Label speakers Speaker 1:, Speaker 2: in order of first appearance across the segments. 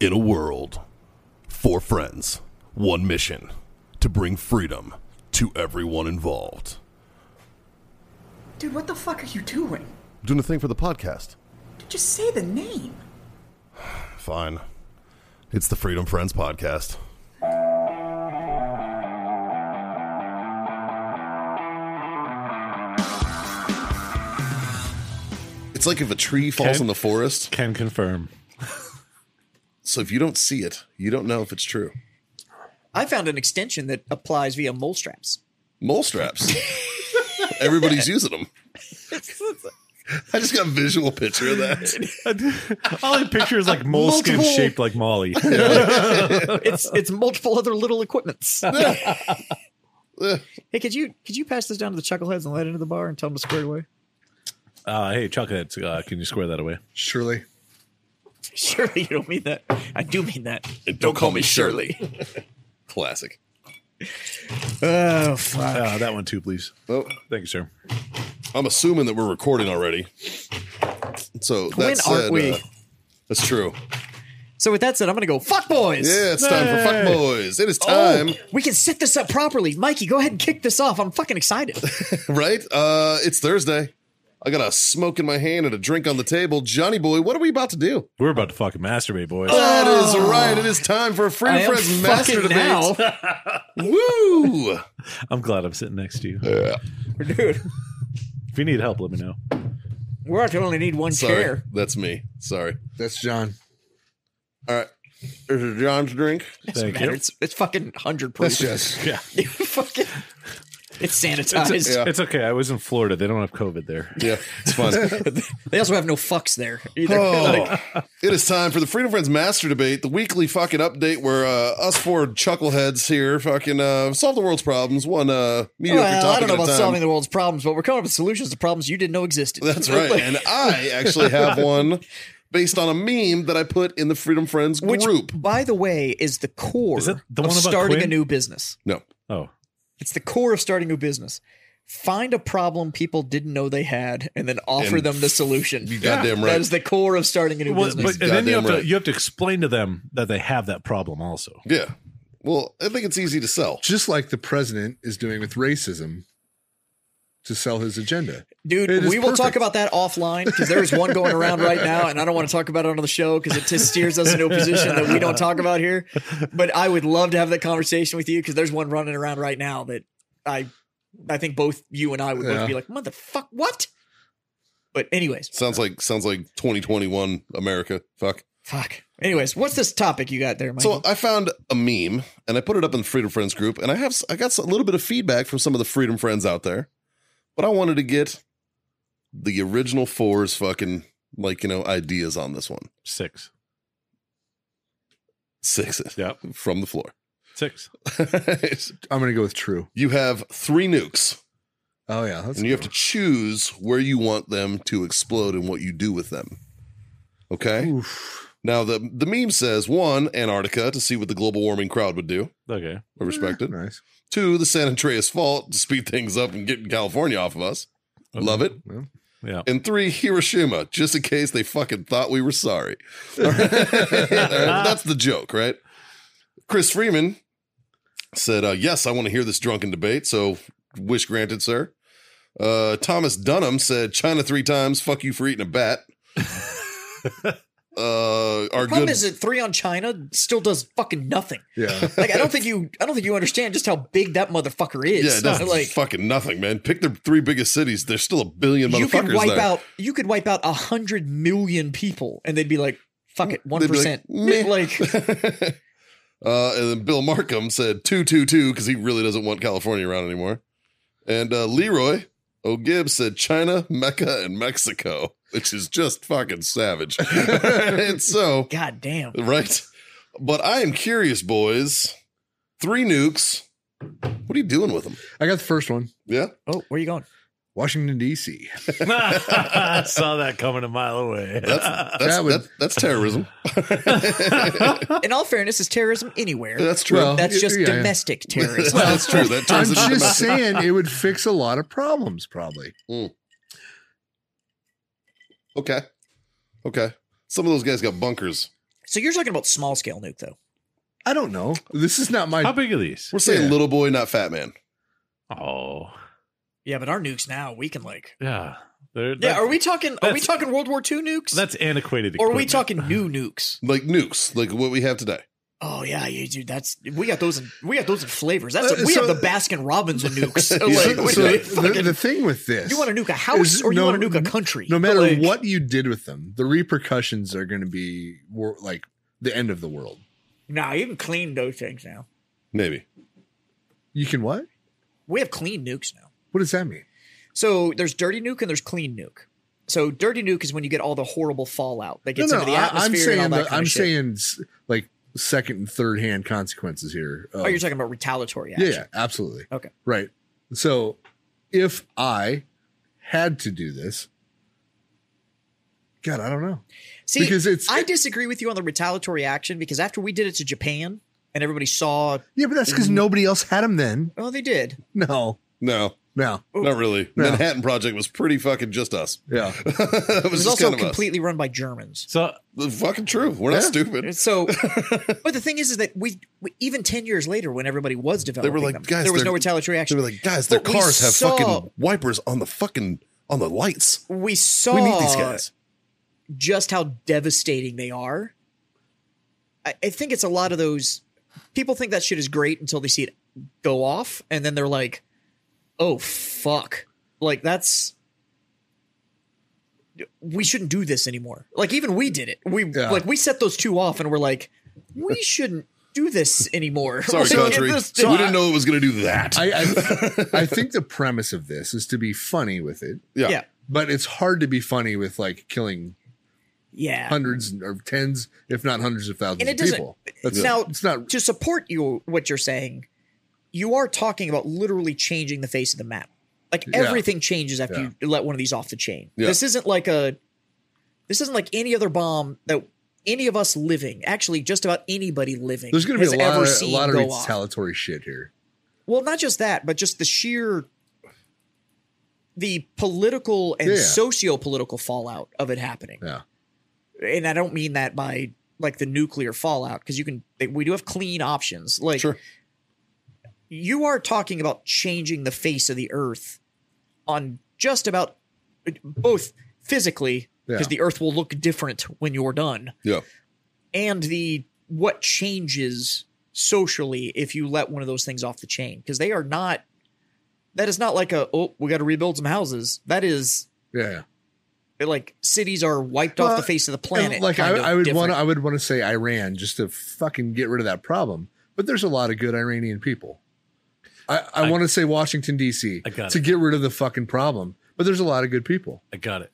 Speaker 1: In a world, four friends, one mission to bring freedom to everyone involved.
Speaker 2: Dude, what the fuck are you doing?
Speaker 1: Doing a thing for the podcast.
Speaker 2: Just say the name.
Speaker 1: Fine. It's the Freedom Friends Podcast. It's like if a tree falls
Speaker 3: Ken?
Speaker 1: in the forest.
Speaker 3: Can confirm.
Speaker 1: So if you don't see it, you don't know if it's true.
Speaker 4: I found an extension that applies via mole straps.
Speaker 1: Mole straps. Everybody's using them. I just got a visual picture of that.
Speaker 3: All I picture is like moleskin
Speaker 4: Multiple-
Speaker 3: shaped like Molly.
Speaker 4: it's it's multiple other little equipments. hey, could you could you pass this down to the chuckleheads and let into the bar and tell them to square it away?
Speaker 3: Uh, hey, Chuckhead, uh, can you square that away?
Speaker 1: Surely.
Speaker 4: Surely you don't mean that. I do mean that.
Speaker 1: And don't call me Shirley. Classic.
Speaker 4: Oh fuck.
Speaker 3: Uh, that one too, please.
Speaker 1: Oh,
Speaker 3: Thank you, sir.
Speaker 1: I'm assuming that we're recording already. So that
Speaker 4: When
Speaker 1: said,
Speaker 4: aren't we?
Speaker 1: uh, that's true.
Speaker 4: so with that said, I'm gonna go fuck boys.
Speaker 1: Yeah, it's time for Fuck
Speaker 3: Hey.
Speaker 1: Boys. It is
Speaker 4: Oh,
Speaker 1: time,
Speaker 4: we can set this up properly. Mikey, go ahead and kick this off. I'm fucking excited.
Speaker 1: right? Uh, it's Thursday. I got a smoke in my hand and a drink on the table. Johnny Boy, what are we about to do?
Speaker 3: We're about to fucking masturbate, boys.
Speaker 1: That is right. It is time for a
Speaker 4: Oh. I
Speaker 1: Freedom
Speaker 4: am
Speaker 1: Friends Master
Speaker 4: fucking
Speaker 1: Debate.
Speaker 4: now.
Speaker 1: Woo!
Speaker 3: I'm glad I'm sitting next to you.
Speaker 4: Dude,
Speaker 3: If you need help, let me know.
Speaker 4: we're actually only need one
Speaker 1: Sorry,
Speaker 4: chair.
Speaker 1: that's me. Sorry.
Speaker 5: That's John.
Speaker 1: All right. Here's John's drink.
Speaker 3: Thank
Speaker 4: Matter.
Speaker 3: you.
Speaker 4: It's it's fucking hundred proof.
Speaker 5: That's Jess.
Speaker 3: Yeah,
Speaker 4: fucking, it's sanitized.
Speaker 1: Yeah.
Speaker 3: it's okay. I was in Florida. They don't have COVID there.
Speaker 1: Yeah, it's fun.
Speaker 4: They also have no fucks there either.
Speaker 1: Oh, it is time for the Freedom Friends Master Debate, the weekly fucking update where uh, us four chuckleheads here fucking uh, solve the world's problems, one uh, mediocre
Speaker 4: well,
Speaker 1: topic
Speaker 4: I don't know
Speaker 1: at a
Speaker 4: about
Speaker 1: time.
Speaker 4: solving the world's problems, but we're coming up with solutions to problems you didn't know existed.
Speaker 1: That's right, and I actually have one based on a meme that I put in the Freedom Friends
Speaker 4: Which,
Speaker 1: group.
Speaker 4: by the way, is the core
Speaker 3: Is that the
Speaker 4: of
Speaker 3: one about
Speaker 4: starting a
Speaker 3: Quinn?
Speaker 4: new business.
Speaker 1: No,
Speaker 3: Oh,
Speaker 4: It's the core of starting a new business. Find a problem people didn't know they had, and then offer
Speaker 1: And
Speaker 4: them the solution.
Speaker 1: you goddamn right.
Speaker 4: That is the core of starting a new
Speaker 3: well,
Speaker 4: business.
Speaker 3: but, and then you
Speaker 1: Goddamn
Speaker 3: have to
Speaker 1: right.
Speaker 3: you have to explain to them that they have that problem also.
Speaker 1: yeah. Well, I think it's easy to sell.
Speaker 5: Just like the president is doing with racism to sell his agenda.
Speaker 4: Dude,
Speaker 5: It is
Speaker 4: we will talk
Speaker 5: perfect.
Speaker 4: about that offline because there is one going around right now, and I don't want to talk about it on the show because it just steers us into a position that we don't talk about here. But I would love to have that conversation with you because there's one running around right now that I, I think both you and I would
Speaker 5: Yeah.
Speaker 4: both be like, motherfuck, what? But anyways,
Speaker 1: Sounds like sounds like 2021 America. Fuck.
Speaker 4: fuck. Anyways, what's this topic you got there, Mike?
Speaker 1: So uh, I found a meme and I put it up in the Freedom Friends group, and I have I got a little bit of feedback from some of the Freedom Friends out there, but I wanted to get the original fours fucking like you know ideas on this one.
Speaker 3: Six.
Speaker 1: Six
Speaker 3: Yep.
Speaker 1: from the floor.
Speaker 3: Six.
Speaker 5: I'm going to go with true.
Speaker 1: you have three nukes,
Speaker 5: Oh, yeah. That's
Speaker 1: and you have to choose where you want them to explode and what you do with them. Okay. Now the the meme says one Antarctica to see what the global warming crowd would do.
Speaker 3: Okay.
Speaker 1: I respect it.
Speaker 5: nice.
Speaker 1: Two, the San Andreas Fault to speed things up and get California off of us. Love it.
Speaker 5: Well,
Speaker 3: Yeah.
Speaker 1: And three, Hiroshima, just in case they fucking thought we were sorry. All right. That's the joke, right? Chris Freeman said, uh, Yes, I want to hear this drunken debate. So, wish granted, sir. Uh, Thomas Dunham said, China three times. Fuck you for eating a bat. uh, our
Speaker 4: problem
Speaker 1: good.
Speaker 4: is that three on China still does fucking nothing.
Speaker 5: yeah.
Speaker 4: Like I don't think you, I don't think you understand just how big that motherfucker is.
Speaker 1: yeah, that's
Speaker 4: like
Speaker 1: fucking nothing, man. Pick the three biggest cities. There's still a billion motherfuckers
Speaker 4: you could wipe
Speaker 1: there.
Speaker 4: out you could wipe out a hundred million people and they'd be like fuck it one
Speaker 1: They'd be
Speaker 4: percent
Speaker 1: like, meh.
Speaker 4: like
Speaker 1: Uh, and then Bill Markham said two two two because he really doesn't want California around anymore. And uh, Leroy O'Gibbs said China, Mecca, and Mexico, which is just fucking savage. and so,
Speaker 4: god damn
Speaker 1: right. But I am curious, boys. Three nukes. What are you doing with them?
Speaker 5: I got the first one
Speaker 1: Yeah.
Speaker 4: oh where you going
Speaker 5: Washington, D.C.
Speaker 3: I saw that coming a mile away.
Speaker 1: That's that's
Speaker 5: That would-
Speaker 1: that- that's terrorism.
Speaker 4: in all fairness is terrorism anywhere
Speaker 1: That's true.
Speaker 5: Well,
Speaker 4: that's
Speaker 5: y-
Speaker 4: just
Speaker 5: yeah, yeah.
Speaker 4: domestic terrorism
Speaker 1: that's true. That
Speaker 5: I'm
Speaker 1: turns into
Speaker 5: just saying it would fix a lot of problems, probably.
Speaker 1: Okay. Okay. Some of those guys got bunkers.
Speaker 4: So you're talking about small scale nuke though.
Speaker 5: I don't know. This is not my.
Speaker 3: How big are these?
Speaker 1: We're saying
Speaker 5: Yeah.
Speaker 1: little boy, not fat man.
Speaker 3: Oh,
Speaker 4: Yeah, but our nukes now we can like.
Speaker 3: yeah. They're,
Speaker 4: Yeah,
Speaker 3: that's-
Speaker 4: are we talking? Are we
Speaker 3: that's-
Speaker 4: talking World War II nukes?
Speaker 3: That's antiquated.
Speaker 4: or are we
Speaker 3: equipment.
Speaker 4: talking new nukes?
Speaker 1: Like nukes, like what we have today.
Speaker 4: Oh yeah, you dude. That's we got those in we got those in flavors. That's
Speaker 5: Uh,
Speaker 4: we
Speaker 5: so-
Speaker 4: have the Baskin Robbins of nukes.
Speaker 5: So-
Speaker 4: Like,
Speaker 5: so
Speaker 4: what do you
Speaker 5: the,
Speaker 4: fucking-
Speaker 5: the thing with this,
Speaker 4: you want to nuke a house
Speaker 5: is
Speaker 4: or you
Speaker 5: no-
Speaker 4: want to nuke a country?
Speaker 5: no matter
Speaker 4: Like,
Speaker 5: what you did with them, the repercussions are going to be wor- like the end of the world.
Speaker 4: Nah, you can clean those things now.
Speaker 1: Maybe.
Speaker 5: You can what?
Speaker 4: We have clean nukes now.
Speaker 5: What does that mean?
Speaker 4: So there's dirty nuke and there's clean nuke. So dirty nuke is when you get all the horrible fallout that gets into the
Speaker 5: I- I'm
Speaker 4: atmosphere
Speaker 5: saying
Speaker 4: and all that
Speaker 5: the-
Speaker 4: kind
Speaker 5: I'm
Speaker 4: of shit.
Speaker 5: saying s- like second and third hand consequences here.
Speaker 4: oh,
Speaker 5: of-
Speaker 4: you're talking about retaliatory
Speaker 5: yeah,
Speaker 4: action.
Speaker 5: yeah, absolutely.
Speaker 4: Okay.
Speaker 5: Right. So if I had to do this, God, I don't know.
Speaker 4: See,
Speaker 5: Because it's-
Speaker 4: I disagree with you on the retaliatory action because after we did it to Japan and everybody saw,
Speaker 5: Yeah, but that's because nobody else had them then.
Speaker 4: oh, they did.
Speaker 5: No,
Speaker 1: No,
Speaker 5: no.
Speaker 1: not really.
Speaker 5: No.
Speaker 1: Manhattan Project was pretty fucking just us.
Speaker 5: Yeah.
Speaker 1: it was,
Speaker 4: It was
Speaker 1: just
Speaker 4: also
Speaker 1: kind of us.
Speaker 4: completely run by Germans.
Speaker 3: So
Speaker 1: Fucking true. We're not
Speaker 5: Yeah.
Speaker 1: stupid.
Speaker 4: So, but the thing is, is that we, we even ten years later, when everybody was developing,
Speaker 1: like,
Speaker 4: them,
Speaker 1: "Guys,
Speaker 4: there was
Speaker 1: they're-
Speaker 4: no retaliatory
Speaker 1: They
Speaker 4: action.
Speaker 1: were like, guys, their
Speaker 4: But we
Speaker 1: cars have
Speaker 4: saw-
Speaker 1: fucking wipers on the fucking on the lights.
Speaker 4: we saw
Speaker 1: We need these guys.
Speaker 4: just how devastating they are. I, I think it's a lot of those people think that shit is great until they see it go off, and then they're like, "Oh fuck!" Like that's we shouldn't do this anymore. Like even we did it. We
Speaker 5: Yeah.
Speaker 4: like we set those two off, and we're like, we shouldn't do this anymore.
Speaker 1: Sorry,
Speaker 4: Like,
Speaker 1: country.
Speaker 4: this-
Speaker 1: we didn't know it was going to do that.
Speaker 5: I, I I think the premise of this is to be funny with it,
Speaker 1: yeah.
Speaker 4: yeah,
Speaker 5: but it's hard to be funny with like killing
Speaker 4: yeah.
Speaker 5: hundreds or tens, if not hundreds of thousands
Speaker 4: And it
Speaker 5: of
Speaker 4: doesn't-
Speaker 5: people. That's,
Speaker 4: now-
Speaker 5: it's not.
Speaker 4: to support you what you're saying, you are talking about literally changing the face of the map. Like
Speaker 5: Yeah.
Speaker 4: everything changes after
Speaker 5: Yeah.
Speaker 4: you let one of these off the chain.
Speaker 1: Yeah.
Speaker 4: This isn't like a this isn't like any other bomb that any of us living, actually just about anybody living
Speaker 5: There's going to be
Speaker 4: has
Speaker 5: a lot
Speaker 4: ever
Speaker 5: of a
Speaker 4: seen
Speaker 5: lot of
Speaker 4: go off.
Speaker 5: retaliatory shit here.
Speaker 4: Well, not just that, but just the sheer the political and
Speaker 5: Yeah.
Speaker 4: socio-political fallout of it happening
Speaker 5: Yeah.
Speaker 4: and I don't mean that by like the nuclear fallout because you can we do have clean options. Like
Speaker 1: Sure.
Speaker 4: you are talking about changing the face of the earth on just about both physically because
Speaker 5: Yeah.
Speaker 4: the earth will look different when you're done
Speaker 1: Yeah.
Speaker 4: and the what changes socially if you let one of those things off the chain because they are not that is not like a oh we got to rebuild some houses that is
Speaker 5: Yeah.
Speaker 4: like cities are wiped off
Speaker 5: Well,
Speaker 4: the face of the planet
Speaker 5: And, like I,
Speaker 4: kind of
Speaker 5: I would
Speaker 4: different.
Speaker 5: want I would want to say Iran just to fucking get rid of that problem. But there's a lot of good Iranian people. I, I,
Speaker 3: I-
Speaker 5: want to say Washington D.C.
Speaker 3: I got
Speaker 5: to
Speaker 3: it.
Speaker 5: get rid of the fucking problem. But there's a lot of good people.
Speaker 3: I got it.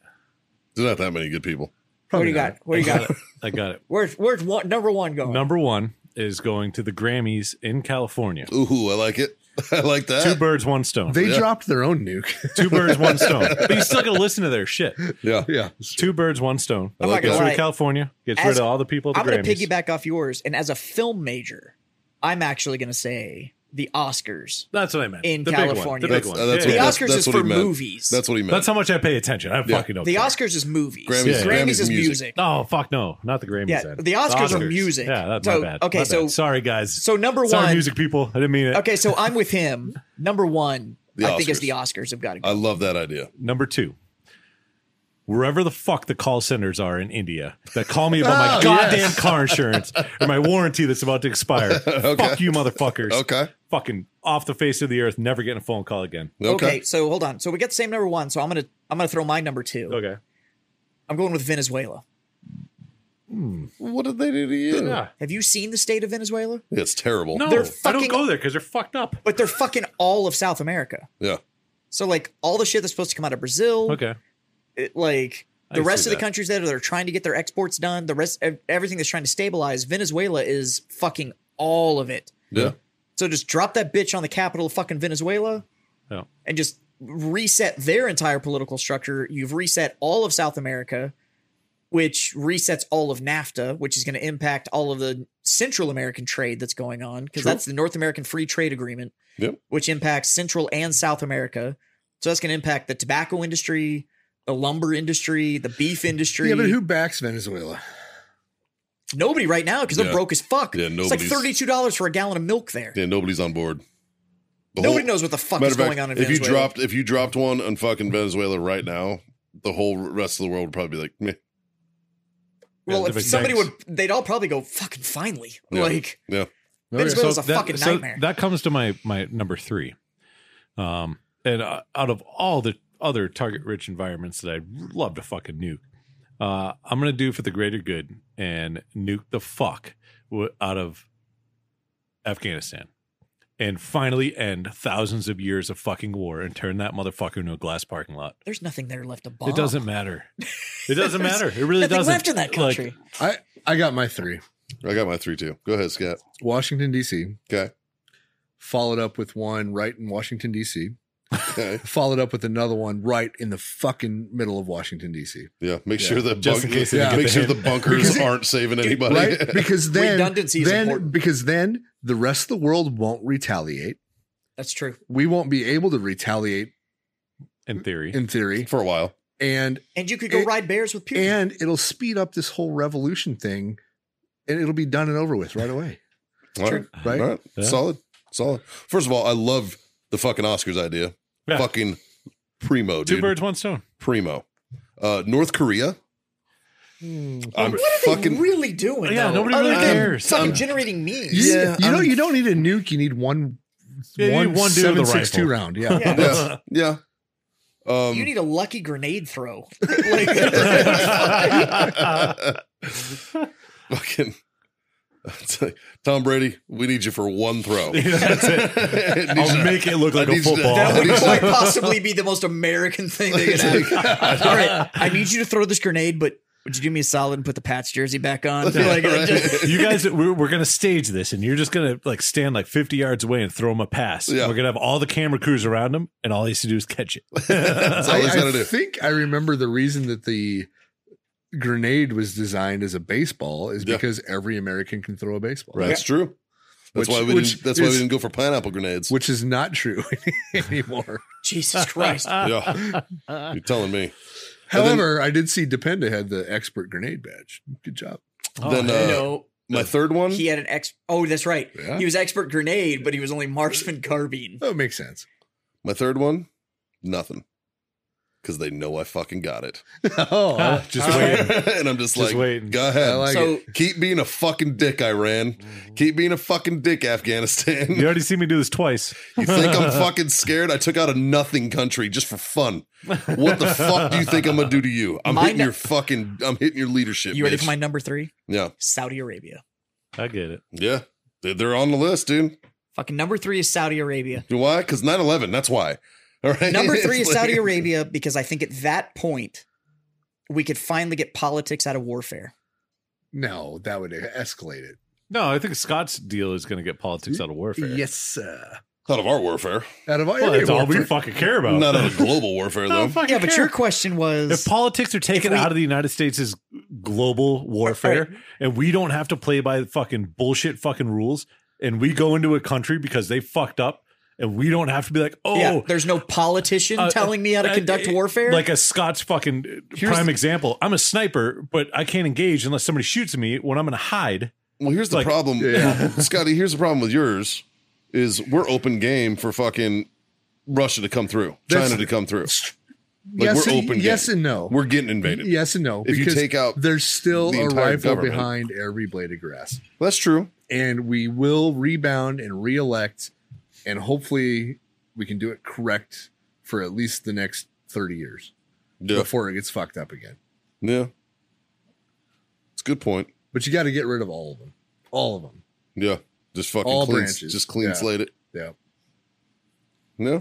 Speaker 1: There's not that many good people.
Speaker 4: what do
Speaker 5: Probably
Speaker 4: you
Speaker 5: not.
Speaker 4: got what do you got
Speaker 3: I got it.
Speaker 4: Where's where's one, number one going?
Speaker 3: Number one is going to the Grammys in California.
Speaker 1: Ooh, I like it. I like that.
Speaker 3: Two birds, one stone.
Speaker 5: They
Speaker 1: Yeah.
Speaker 5: dropped their own nuke.
Speaker 3: Two birds, one stone. But you still got to listen to their shit.
Speaker 1: yeah.
Speaker 5: yeah.
Speaker 3: Two birds, one stone.
Speaker 1: I
Speaker 4: I'm
Speaker 1: like
Speaker 4: not
Speaker 3: Gets
Speaker 4: gonna
Speaker 1: that.
Speaker 3: rid
Speaker 4: lie.
Speaker 3: of California. Gets
Speaker 4: As-
Speaker 3: rid of all the people at the
Speaker 4: I'm
Speaker 3: Grammys.
Speaker 4: going to piggyback off yours, and as a film major, I'm actually going to say the Oscars.
Speaker 3: That's what I meant.
Speaker 4: in
Speaker 3: the Big one,
Speaker 4: California.
Speaker 3: the big
Speaker 1: That's-
Speaker 3: one.
Speaker 1: uh, that's
Speaker 3: yeah,
Speaker 4: The
Speaker 1: what-
Speaker 3: yeah.
Speaker 1: that's-
Speaker 4: Oscars
Speaker 1: that's
Speaker 4: is
Speaker 1: what he
Speaker 4: for
Speaker 1: meant.
Speaker 4: movies.
Speaker 1: That's what he meant.
Speaker 3: That's how much I pay attention. I
Speaker 1: Yeah.
Speaker 3: fucking don't.
Speaker 4: the
Speaker 3: care.
Speaker 4: Oscars is movies. Grammys,
Speaker 1: Grammys- Grammys
Speaker 4: is
Speaker 1: is music.
Speaker 4: music.
Speaker 3: Oh fuck no, not the Grammys.
Speaker 4: Yeah,
Speaker 3: then.
Speaker 4: the Oscars are music.
Speaker 3: Yeah, that's
Speaker 4: So,
Speaker 3: my bad.
Speaker 4: okay,
Speaker 3: My
Speaker 4: so-
Speaker 3: bad. sorry guys.
Speaker 4: So number
Speaker 3: sorry,
Speaker 4: one,
Speaker 3: music people. I didn't mean it.
Speaker 4: okay, so I'm with him. Number one,
Speaker 1: The
Speaker 4: I think is
Speaker 1: Oscars. Uh,
Speaker 4: the Oscars. I've got to go.
Speaker 1: I love that idea.
Speaker 3: Number two. Wherever the fuck the call centers are in India that call me about my
Speaker 5: Oh,
Speaker 3: goddamn
Speaker 5: yes.
Speaker 3: car insurance or my warranty that's about to expire. Fuck you, motherfuckers.
Speaker 1: Okay.
Speaker 3: Fucking off the face of the earth, never getting a phone call again.
Speaker 1: Okay.
Speaker 4: so hold on. So we got the same number one. So I'm gonna I'm gonna throw my number two.
Speaker 3: Okay.
Speaker 4: I'm going with Venezuela.
Speaker 1: What did they do to you?
Speaker 3: Yeah.
Speaker 4: Have you seen the state of Venezuela?
Speaker 1: It's terrible. Oh,
Speaker 3: No,
Speaker 4: They're
Speaker 3: I don't
Speaker 4: fucking-
Speaker 3: go there because they're fucked up.
Speaker 4: But they're fucking all of South America.
Speaker 1: Yeah.
Speaker 4: So like all the shit that's supposed to come out of Brazil,
Speaker 3: Okay.
Speaker 4: it- like
Speaker 3: I
Speaker 4: the
Speaker 3: see
Speaker 4: rest of the
Speaker 1: that.
Speaker 4: countries that are they're trying to get their exports done, the rest ev- everything that's trying to stabilize Venezuela is fucking all of it.
Speaker 1: Yeah.
Speaker 4: So just drop that bitch on the capital of fucking Venezuela
Speaker 3: Yeah.
Speaker 4: and just reset their entire political structure. You've reset all of South America, which resets all of NAFTA, which is going to impact all of the Central American trade that's going on because
Speaker 1: Sure.
Speaker 4: that's the North American Free Trade Agreement,
Speaker 1: Yep.
Speaker 4: which impacts Central and South America. So that's going to impact the tobacco industry, the lumber industry, the beef industry.
Speaker 5: Yeah, but who backs Venezuela?
Speaker 4: Nobody right now because they're
Speaker 1: Yeah.
Speaker 4: broke as fuck.
Speaker 1: Yeah,
Speaker 4: it's like
Speaker 1: nobody's-
Speaker 4: thirty-two dollars for a gallon of milk there.
Speaker 1: Yeah, nobody's on board. The
Speaker 4: Nobody
Speaker 1: whole-
Speaker 4: knows what the fuck
Speaker 1: Matter
Speaker 4: is
Speaker 1: of fact,
Speaker 4: going on in
Speaker 1: if
Speaker 4: Venezuela.
Speaker 1: you dropped if you dropped one on fucking Venezuela right now, the whole rest of the world would probably be like, Meh.
Speaker 4: well,
Speaker 3: Yeah,
Speaker 4: if
Speaker 3: thanks.
Speaker 4: somebody would, they'd all probably go fucking finally.
Speaker 1: Yeah.
Speaker 4: Like
Speaker 1: yeah,
Speaker 5: Oh, yeah.
Speaker 4: Venezuela's a fucking
Speaker 3: so
Speaker 4: nightmare.
Speaker 3: that comes to my my number three. Um, and uh, out of all the other target rich environments that I'd love to fucking nuke, uh, I'm gonna do for the greater good and nuke the fuck w- out of Afghanistan. And finally, end thousands of years of fucking war and turn that motherfucker into a glass parking lot.
Speaker 4: there's nothing there left to bomb.
Speaker 3: It doesn't matter. It doesn't
Speaker 4: There's
Speaker 3: matter. It really
Speaker 4: nothing
Speaker 3: doesn't.
Speaker 4: left in that
Speaker 3: Like,
Speaker 4: country.
Speaker 5: I I got my three.
Speaker 1: I got my three too. Go ahead, Scott.
Speaker 5: Washington D.C.
Speaker 1: Okay,
Speaker 5: Followed up with one right in Washington D.C.
Speaker 1: okay,
Speaker 5: Followed up with another one right in the fucking middle of Washington D.C.
Speaker 1: yeah. Make
Speaker 5: Yeah.
Speaker 1: sure the
Speaker 3: Just in
Speaker 1: bunk-
Speaker 3: case
Speaker 5: they
Speaker 1: yeah.
Speaker 5: get
Speaker 1: make
Speaker 3: the
Speaker 1: sure the
Speaker 3: hint.
Speaker 1: bunkers
Speaker 5: Because it-
Speaker 1: aren't saving anybody.
Speaker 5: right? Because then
Speaker 4: Redundancy is
Speaker 5: then,
Speaker 4: important.
Speaker 5: Because then the rest of the world won't retaliate.
Speaker 4: That's true.
Speaker 5: We won't be able to retaliate
Speaker 3: in theory,
Speaker 5: in theory,
Speaker 1: for a while.
Speaker 5: and
Speaker 4: And you could go
Speaker 5: It-
Speaker 4: ride bears with Putin.
Speaker 5: and it'll speed up this whole revolution thing, and it'll be done and over with right away.
Speaker 1: All right,
Speaker 5: Right?
Speaker 1: all right,
Speaker 3: Yeah.
Speaker 1: solid, solid. First of all, I love the fucking Oscars idea.
Speaker 3: Yeah.
Speaker 1: Fucking primo,
Speaker 3: two
Speaker 1: dude.
Speaker 3: birds, one stone.
Speaker 1: Primo. Uh, North Korea. I'm
Speaker 4: Hmm. what are they
Speaker 1: fucking.
Speaker 4: really doing?
Speaker 3: Yeah,
Speaker 4: though?
Speaker 3: nobody
Speaker 4: Other
Speaker 3: really
Speaker 4: than
Speaker 3: cares.
Speaker 4: Fucking
Speaker 3: Um,
Speaker 4: generating memes.
Speaker 5: You,
Speaker 1: Yeah, um,
Speaker 5: you know,
Speaker 1: I'm-
Speaker 5: you don't need a nuke. You need one.
Speaker 3: Yeah, you need one dude with a
Speaker 5: 7.62
Speaker 3: rifle.
Speaker 5: round. Yeah.
Speaker 4: Yeah.
Speaker 1: yeah, yeah. Um,
Speaker 4: You need a lucky grenade throw. like,
Speaker 1: fucking it's like, Tom Brady, we need you for one throw.
Speaker 3: That's it. I'll make it look like a football.
Speaker 4: that would quite possibly be the most American thing they could have. All right, I need you to throw this grenade, but would you do me a solid and put the Pats jersey back on? Like, uh, just-
Speaker 3: you guys, we're, we're gonna stage this, and you're just gonna like stand like 50 yards away and throw him a pass.
Speaker 1: Yeah.
Speaker 3: We're gonna have all the camera crews around him, and all he has to do is catch it.
Speaker 1: That's all he's
Speaker 5: I,
Speaker 1: got to
Speaker 5: I
Speaker 1: do.
Speaker 5: think I remember the reason that the grenade was designed as a baseball is
Speaker 1: Yeah.
Speaker 5: because every American can throw a baseball,
Speaker 1: That's true.
Speaker 5: Which-
Speaker 1: That's why we
Speaker 5: which
Speaker 1: didn't, that's why we
Speaker 5: is-
Speaker 1: didn't go for pineapple grenades.
Speaker 5: Which is not true anymore.
Speaker 4: Jesus Christ!
Speaker 1: yeah, you're telling me.
Speaker 5: However, I did see Dependa had the expert grenade badge. Good job.
Speaker 3: Oh,
Speaker 1: then uh,
Speaker 4: no,
Speaker 1: my third one.
Speaker 4: he had an ex. Oh, that's right.
Speaker 5: Yeah.
Speaker 4: He was expert grenade, but he was only marksman carbine.
Speaker 5: That makes sense.
Speaker 1: My third one. Nothing. Because they know I fucking got it,
Speaker 5: oh,
Speaker 3: just wait.
Speaker 1: and I'm just,
Speaker 3: Just
Speaker 1: like,
Speaker 3: waiting.
Speaker 1: go ahead.
Speaker 5: I like
Speaker 4: So
Speaker 1: Keep being a fucking dick, Iran.
Speaker 3: Mm-hmm.
Speaker 1: Keep being a fucking dick, Afghanistan.
Speaker 3: You already see me do this twice.
Speaker 1: You think I'm fucking scared? I took out a nothing country just for fun. What the fuck do you think I'm gonna do to you? I'm
Speaker 4: My
Speaker 1: hitting
Speaker 4: nu-
Speaker 1: your fucking. I'm hitting your leadership.
Speaker 4: you ready
Speaker 1: bitch.
Speaker 4: for my number three?
Speaker 1: Yeah,
Speaker 4: Saudi Arabia.
Speaker 3: I get it.
Speaker 1: yeah. They- They're on the list, dude.
Speaker 4: Fucking number three is Saudi Arabia.
Speaker 1: Do why? Because 9/11. That's why. All right.
Speaker 4: Number three
Speaker 1: It's
Speaker 4: is Saudi
Speaker 1: like-
Speaker 4: Arabia because I think at that point we could finally get politics out of warfare.
Speaker 5: no, that would escalate it.
Speaker 3: No, I think Scott's deal is gonna get politics out of warfare.
Speaker 5: Yes, sir.
Speaker 1: Out of our warfare,
Speaker 5: Out of all,
Speaker 3: Well, that's all we
Speaker 5: warfare-
Speaker 3: fucking care about.
Speaker 1: not out of global warfare
Speaker 3: I
Speaker 1: though.
Speaker 3: don't fucking
Speaker 4: Yeah, but
Speaker 3: care.
Speaker 4: your question was
Speaker 3: If politics are taken
Speaker 4: we-
Speaker 3: out of the United States' as global warfare,
Speaker 4: Right.
Speaker 3: and we don't have to play by the fucking bullshit fucking rules, and we go into a country because they fucked up, and we don't have to be like, oh,
Speaker 4: yeah, there's no politician
Speaker 3: uh,
Speaker 4: telling me how to
Speaker 3: uh,
Speaker 4: conduct
Speaker 3: uh,
Speaker 4: warfare.
Speaker 3: Like a Scots fucking uh,
Speaker 5: Here's
Speaker 3: prime
Speaker 5: the-
Speaker 3: example. I'm a sniper, but I can't engage unless somebody shoots me when I'm going to hide.
Speaker 1: Well, here's the
Speaker 3: Like-
Speaker 1: problem,
Speaker 5: Yeah.
Speaker 1: Scotty. Here's the problem with yours is we're open game for fucking Russia to come through,
Speaker 5: That's-
Speaker 1: China to come through. Like
Speaker 5: yes,
Speaker 1: we're
Speaker 5: and,
Speaker 1: open.
Speaker 5: yes
Speaker 1: game.
Speaker 5: and no.
Speaker 1: We're getting invaded.
Speaker 5: yes and no.
Speaker 1: If you
Speaker 5: because
Speaker 1: take out
Speaker 5: there's still
Speaker 1: the
Speaker 5: a
Speaker 1: entire
Speaker 5: rifle
Speaker 1: government.
Speaker 5: behind every blade of grass,
Speaker 1: That's true.
Speaker 5: and we will rebound and reelect, and hopefully we can do it correct for at least the next thirty years
Speaker 1: Yeah.
Speaker 5: before it gets fucked up again.
Speaker 1: Yeah. It's a good point.
Speaker 5: But you got to get rid of all of them, all of them.
Speaker 1: Yeah. Just fucking
Speaker 5: All
Speaker 1: clean,
Speaker 5: branches.
Speaker 1: just clean
Speaker 5: Yeah.
Speaker 1: slate it.
Speaker 5: Yeah,
Speaker 1: Yeah.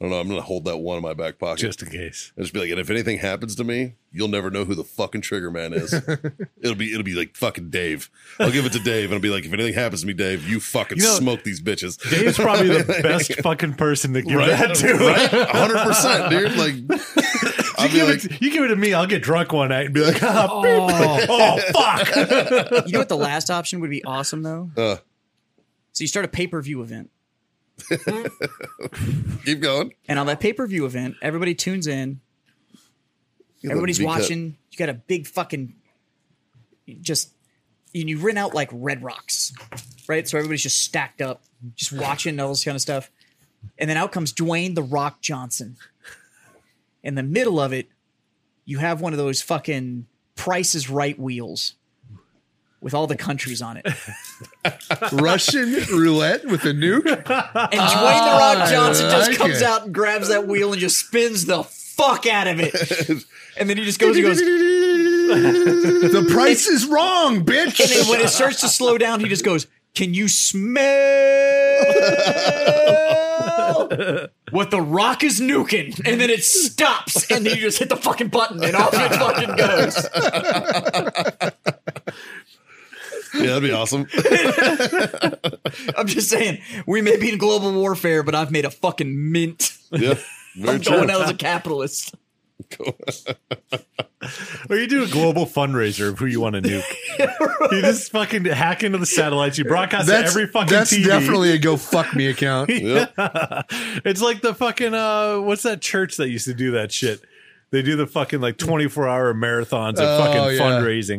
Speaker 1: I don't know. I'm gonna hold that one in my back pocket.
Speaker 3: Just in case.
Speaker 1: and just be like, and if anything happens to me, you'll never know who the fucking trigger man is. it'll be it'll be like fucking Dave. I'll give it to Dave and I'll be like, if anything happens to me, Dave, you fucking
Speaker 3: You know,
Speaker 1: smoke these bitches.
Speaker 3: Dave's probably the best fucking person to give
Speaker 1: Right?
Speaker 3: that to.
Speaker 1: Right? 100 percent dude. Like
Speaker 3: You
Speaker 1: I'll be
Speaker 3: give,
Speaker 1: like,
Speaker 3: it, you give it to me, I'll get drunk one night and be like, ah, beep. oh, fuck.
Speaker 4: you know what the last option would be awesome though?
Speaker 1: Uh.
Speaker 4: so you start a pay-per-view event.
Speaker 1: keep going.
Speaker 4: And on that pay-per-view event, everybody tunes in. Everybody's
Speaker 1: Because-
Speaker 4: watching. You got a big fucking just and you rent out like red rocks, right? So everybody's just stacked up, just watching all this kind of stuff. And then out comes Dwayne the Rock Johnson. In the middle of it, you have one of those fucking prices right wheels with all the countries on it.
Speaker 5: Russian roulette with a nuke.
Speaker 4: And Dwayne the Rock Johnson just
Speaker 5: like
Speaker 4: comes
Speaker 5: it.
Speaker 4: out and grabs that wheel and just spins the fuck out of it. And then he just goes, he goes, and
Speaker 5: the price is wrong,
Speaker 4: then
Speaker 5: bitch.
Speaker 4: when it starts to slow down, he just goes, Can you smell what the rock is nuking? And then it stops, and then you just hit the fucking button, and off it fucking goes.
Speaker 1: Yeah, that'd be awesome.
Speaker 4: I'm just saying, we may be in global warfare, but I've made a fucking mint
Speaker 1: yeah. Very true.
Speaker 4: going out as a capitalist.
Speaker 3: Or you do a global fundraiser of who you want to nuke. You just fucking hack into the satellites. You broadcast to
Speaker 5: That's
Speaker 3: every fucking
Speaker 5: that's
Speaker 3: TV.
Speaker 5: definitely a go fuck me account.
Speaker 1: Yeah.
Speaker 3: It's like the fucking uh, what's that church that used to do that shit? They do the fucking like twenty four hour marathons and
Speaker 5: Oh,
Speaker 3: fucking
Speaker 5: yeah.
Speaker 3: fundraising,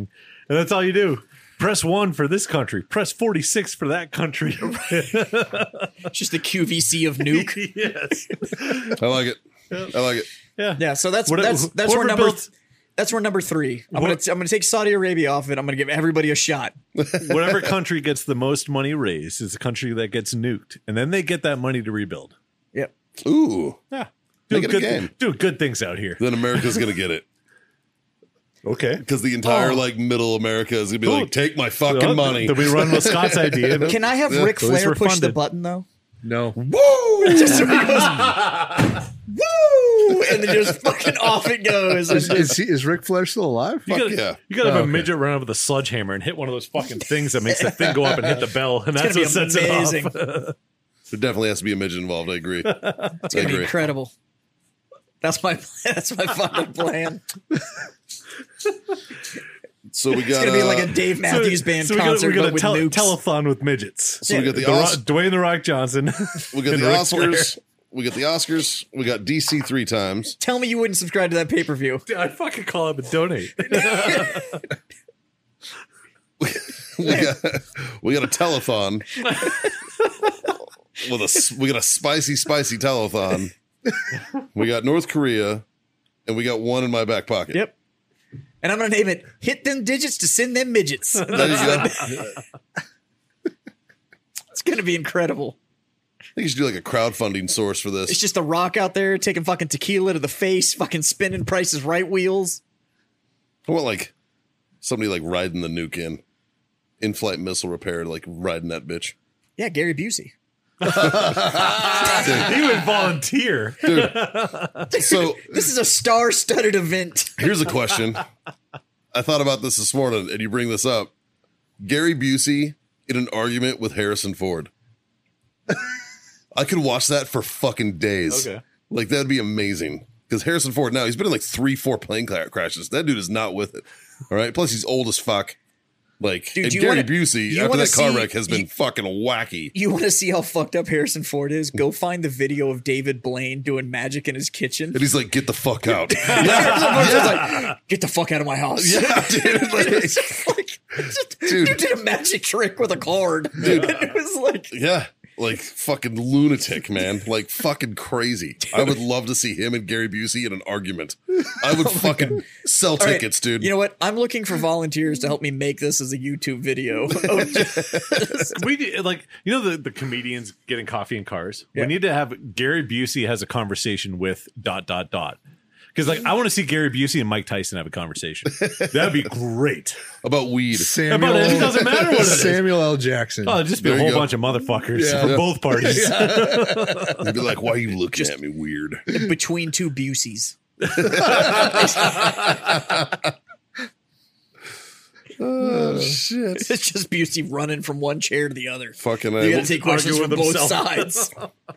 Speaker 3: and that's all you do. Press one for this country. Press forty six for that country.
Speaker 4: It's just the QVC of nuke.
Speaker 3: yes.
Speaker 1: I like it. I like it.
Speaker 4: Yeah, so that's
Speaker 3: What-
Speaker 4: that's that's where
Speaker 3: whoever
Speaker 4: number
Speaker 3: built-
Speaker 4: that's where number three. I'm
Speaker 3: What-
Speaker 4: gonna I'm gonna take Saudi Arabia off of it. I'm gonna give everybody a shot.
Speaker 3: Whatever country gets the most money raised is the country that gets nuked, and then they get that money to rebuild.
Speaker 4: Yep.
Speaker 1: Ooh.
Speaker 3: Yeah,
Speaker 1: Make
Speaker 3: doing
Speaker 1: it a
Speaker 3: good,
Speaker 1: game.
Speaker 3: doing good things out here.
Speaker 1: Then America's gonna get it
Speaker 3: Okay,
Speaker 1: because the entire
Speaker 4: Oh.
Speaker 1: like middle America is gonna be
Speaker 3: Ooh.
Speaker 1: like, take my fucking money.
Speaker 3: They'll be running with Scott's idea.
Speaker 4: Can I have Ric
Speaker 3: least
Speaker 4: Flair
Speaker 3: we're
Speaker 4: push the
Speaker 3: funded.
Speaker 4: button though?
Speaker 5: No,
Speaker 1: Woo!
Speaker 4: Just so he goes, woo, and then just fucking off it goes. And
Speaker 5: is,
Speaker 4: just-
Speaker 5: is, he, is Ric Flair still alive?
Speaker 3: You gotta,
Speaker 1: yeah.
Speaker 3: you gotta have
Speaker 5: Oh,
Speaker 3: a
Speaker 5: okay.
Speaker 3: midget run up with a sledgehammer and hit one of those fucking things that makes the thing go up and hit the bell, and
Speaker 4: it's
Speaker 3: that's
Speaker 4: gonna
Speaker 3: what
Speaker 4: be
Speaker 3: sets
Speaker 4: amazing.
Speaker 3: it off.
Speaker 1: There definitely has to be a midget involved. I agree. I
Speaker 4: It's gonna be
Speaker 1: agree.
Speaker 4: incredible. That's my that's my fucking plan.
Speaker 1: So we
Speaker 4: It's
Speaker 1: got
Speaker 4: gonna be like
Speaker 1: uh,
Speaker 4: a Dave Matthews Band
Speaker 3: we got-
Speaker 4: concert,
Speaker 3: we got
Speaker 4: but with
Speaker 3: a
Speaker 4: nukes.
Speaker 3: tele- telethon with midgets.
Speaker 1: So we got the
Speaker 3: The Rock,
Speaker 1: Os-
Speaker 3: Dwayne the Rock Johnson.
Speaker 1: we got
Speaker 3: and
Speaker 1: the
Speaker 3: Ric
Speaker 1: Oscars. We got the Oscars. We got DC three times.
Speaker 4: Tell me you wouldn't subscribe to that pay per view.
Speaker 3: Flair. I'd fucking call up and donate.
Speaker 1: We got we got a telethon. with a s- we got a spicy spicy telethon. We got North Korea, and we got one in my back pocket.
Speaker 4: Yep. And I'm gonna name it "Hit Them Digits to Send Them Midgets."
Speaker 1: There you go. I
Speaker 4: It's gonna be incredible.
Speaker 1: think you should do like a crowdfunding source for
Speaker 4: It's
Speaker 1: this.
Speaker 4: just a rock out there taking fucking tequila to the face, fucking spinning prices right wheels.
Speaker 1: I want like somebody like riding the nuke in, in-flight missile repair, like riding that bitch.
Speaker 4: Yeah, Gary Busey.
Speaker 3: he would volunteer.
Speaker 1: So
Speaker 4: This is a star-studded event.
Speaker 1: here's a question. I thought about this this morning, and you bring this up. Gary Busey in an argument with Harrison Ford. I could watch that for fucking days.
Speaker 3: Okay.
Speaker 1: Like that'd be amazing. Because Harrison Ford now he's been in like three, four plane cla- crashes. That dude is not with it. All right. Plus he's old as fuck. Like
Speaker 4: Dude,
Speaker 1: and
Speaker 4: you
Speaker 1: Gary
Speaker 4: wanna-
Speaker 1: Busey
Speaker 4: you
Speaker 1: after
Speaker 4: wanna
Speaker 1: that car
Speaker 4: see-
Speaker 1: wreck has been
Speaker 4: you-
Speaker 1: fucking wacky.
Speaker 4: You want to see how fucked up Harrison Ford is? Go find the video of David Blaine doing magic in his kitchen.
Speaker 1: And he's like, get the fuck out.
Speaker 4: Harrison Ford's just like, get the fuck out of my house.
Speaker 1: yeah, dude. Like,
Speaker 4: It's just like, just-
Speaker 1: Dude.
Speaker 4: dude did a magic trick with a card. it was like,
Speaker 1: Yeah. Like fucking lunatic, man. Like fucking crazy. I would love to see him and Gary Busey in an argument. I would fucking sell
Speaker 4: Oh All right,
Speaker 1: tickets, dude.
Speaker 4: You know what? I'm looking for volunteers to help me make this as a YouTube video. Of just-
Speaker 3: we do, like you know the, the comedians getting coffee in cars.
Speaker 4: Yeah.
Speaker 3: We need to have Gary Busey has a conversation with dot dot dot. Because like I want to see Gary Busey and Mike Tyson have a conversation. That'd be great.
Speaker 1: About weed.
Speaker 5: Samuel.
Speaker 3: it doesn't matter what it is.
Speaker 5: Samuel L. Jackson.
Speaker 3: Oh, it'd just be
Speaker 1: There
Speaker 3: a
Speaker 1: you
Speaker 3: whole
Speaker 1: go.
Speaker 3: bunch of motherfuckers
Speaker 5: Yeah.
Speaker 3: for
Speaker 5: Yeah.
Speaker 3: both parties.
Speaker 1: They'd be like, why are you looking at me weird?
Speaker 4: between two Buseys.
Speaker 1: Oh, shit.
Speaker 4: It's just Busey running from one chair to the other.
Speaker 1: Fucking
Speaker 4: You
Speaker 1: I.
Speaker 4: gotta take questions
Speaker 3: argue
Speaker 4: from
Speaker 3: with
Speaker 4: both
Speaker 3: himself.
Speaker 4: sides.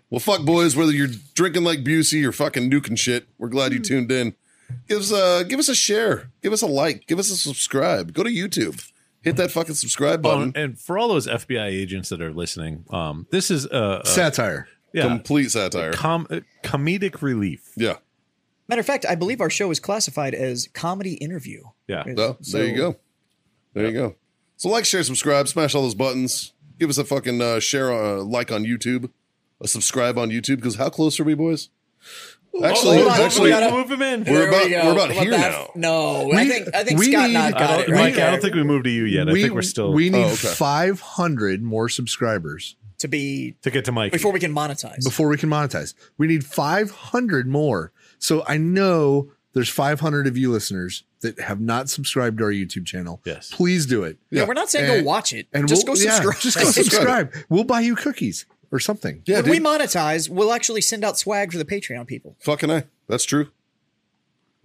Speaker 1: Well, fuck, boys, whether you're drinking like Busey or fucking nuking shit, we're glad
Speaker 4: Hmm.
Speaker 1: you tuned in. Give us, uh, give us a share. Give us a like. Give us a subscribe. Go to YouTube. Hit that fucking subscribe
Speaker 3: Oh,
Speaker 6: Um,
Speaker 1: button.
Speaker 3: and for all those FBI agents that are listening, um, this is a, a
Speaker 5: Satire.
Speaker 3: yeah,
Speaker 1: Complete satire.
Speaker 3: com- uh, comedic relief.
Speaker 1: yeah.
Speaker 4: Matter of fact, I believe our show is classified as comedy interview.
Speaker 3: Yeah.
Speaker 1: Well, there you go. There you go. So like, share, subscribe, smash all those buttons. Give us a fucking uh, share, uh, like on YouTube, a subscribe on YouTube. Because how close are we, boys? Actually,
Speaker 6: Oh,
Speaker 4: hold on,
Speaker 1: actually,
Speaker 4: we gotta-
Speaker 6: move him in.
Speaker 1: We're
Speaker 4: There
Speaker 1: about-
Speaker 4: we go.
Speaker 1: we're about here
Speaker 4: that-
Speaker 1: now.
Speaker 4: No, I
Speaker 5: We-
Speaker 4: think I think
Speaker 5: we
Speaker 4: Scott and uh, I
Speaker 5: need-
Speaker 6: I
Speaker 4: got
Speaker 6: don't,
Speaker 4: it
Speaker 6: Uh, we-
Speaker 4: right
Speaker 6: I
Speaker 4: there.
Speaker 6: don't think we moved to you yet. I think we're still
Speaker 5: we need
Speaker 1: Oh, okay.
Speaker 5: 500 more subscribers
Speaker 4: to be
Speaker 6: to get to Mike.
Speaker 4: before we can monetize.
Speaker 5: before we can monetize. We need 500 more. So I know there's 500 of you listeners that have not subscribed to our YouTube channel.
Speaker 6: Yes.
Speaker 5: Please do it.
Speaker 4: yeah, we're not saying
Speaker 5: And-
Speaker 4: go watch it.
Speaker 5: And
Speaker 4: just
Speaker 5: we'll,
Speaker 4: go
Speaker 5: yeah,
Speaker 4: subscribe.
Speaker 5: just go subscribe. We'll buy you cookies or something.
Speaker 1: yeah,
Speaker 4: when
Speaker 1: dude.
Speaker 4: we monetize, we'll actually send out swag for the Patreon people
Speaker 1: fucking I. That's true.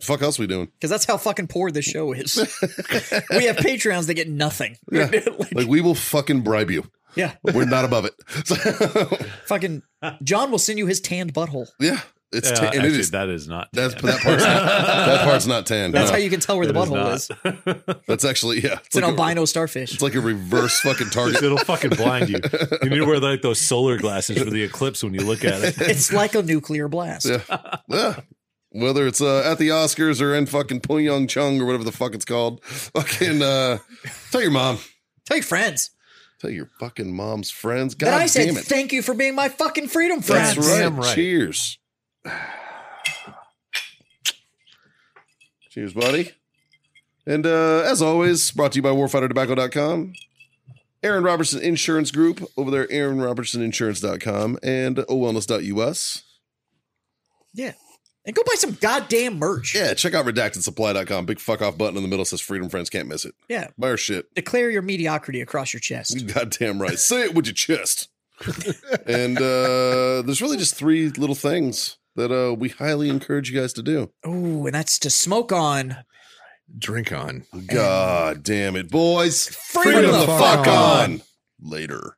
Speaker 1: Fuck else we doing?
Speaker 4: because that's how fucking poor this show is. we have Patreons that get nothing. Yeah,
Speaker 1: Like we will fucking bribe you. We're not above it. So,
Speaker 4: fucking John will send you his tanned butthole.
Speaker 1: yeah, it's
Speaker 6: Uh,
Speaker 1: ta- and it
Speaker 6: actually,
Speaker 1: is
Speaker 6: that is not.
Speaker 1: that's that part's not, that part's not tan.
Speaker 4: That's
Speaker 1: No.
Speaker 4: how you can tell where the
Speaker 6: It is
Speaker 4: butthole
Speaker 6: not.
Speaker 4: is.
Speaker 1: That's actually yeah. It's,
Speaker 4: It's an
Speaker 1: like a,
Speaker 4: albino starfish.
Speaker 1: it's like a reverse fucking target.
Speaker 6: It'll fucking blind you. You need to wear like those solar glasses for the eclipse when you look at it.
Speaker 4: It's like a nuclear blast.
Speaker 1: Yeah. yeah. Whether it's uh, at the Oscars or in fucking Pyongyang Chung or whatever the fuck it's called, fucking uh, tell your mom,
Speaker 4: Tell your friends
Speaker 1: tell your fucking mom's friends. God
Speaker 4: that I
Speaker 1: damn
Speaker 4: said
Speaker 1: it!
Speaker 4: thank you for being my fucking freedom
Speaker 1: That's
Speaker 4: friends.
Speaker 1: right.
Speaker 5: Damn right.
Speaker 1: Cheers. Cheers, buddy. And uh, as always, brought to you by warfightertobacco.com, Aaron Robertson Insurance Group over there, aaronrobertsoninsurance.com, and owellness.us.
Speaker 4: Yeah. And go buy some goddamn merch.
Speaker 1: Yeah, check out redactedsupply.com. Big fuck off button in the middle says freedom friends can't miss it.
Speaker 4: Yeah.
Speaker 1: Buy our shit.
Speaker 4: Declare your mediocrity across your chest.
Speaker 1: You goddamn right. Say it with your chest. and uh, there's really just three little things that uh, we highly encourage you guys to do.
Speaker 4: Ooh, and that's to smoke on.
Speaker 5: Drink on.
Speaker 1: God damn it, boys.
Speaker 4: Freedom, the fuck
Speaker 5: on.
Speaker 1: Later.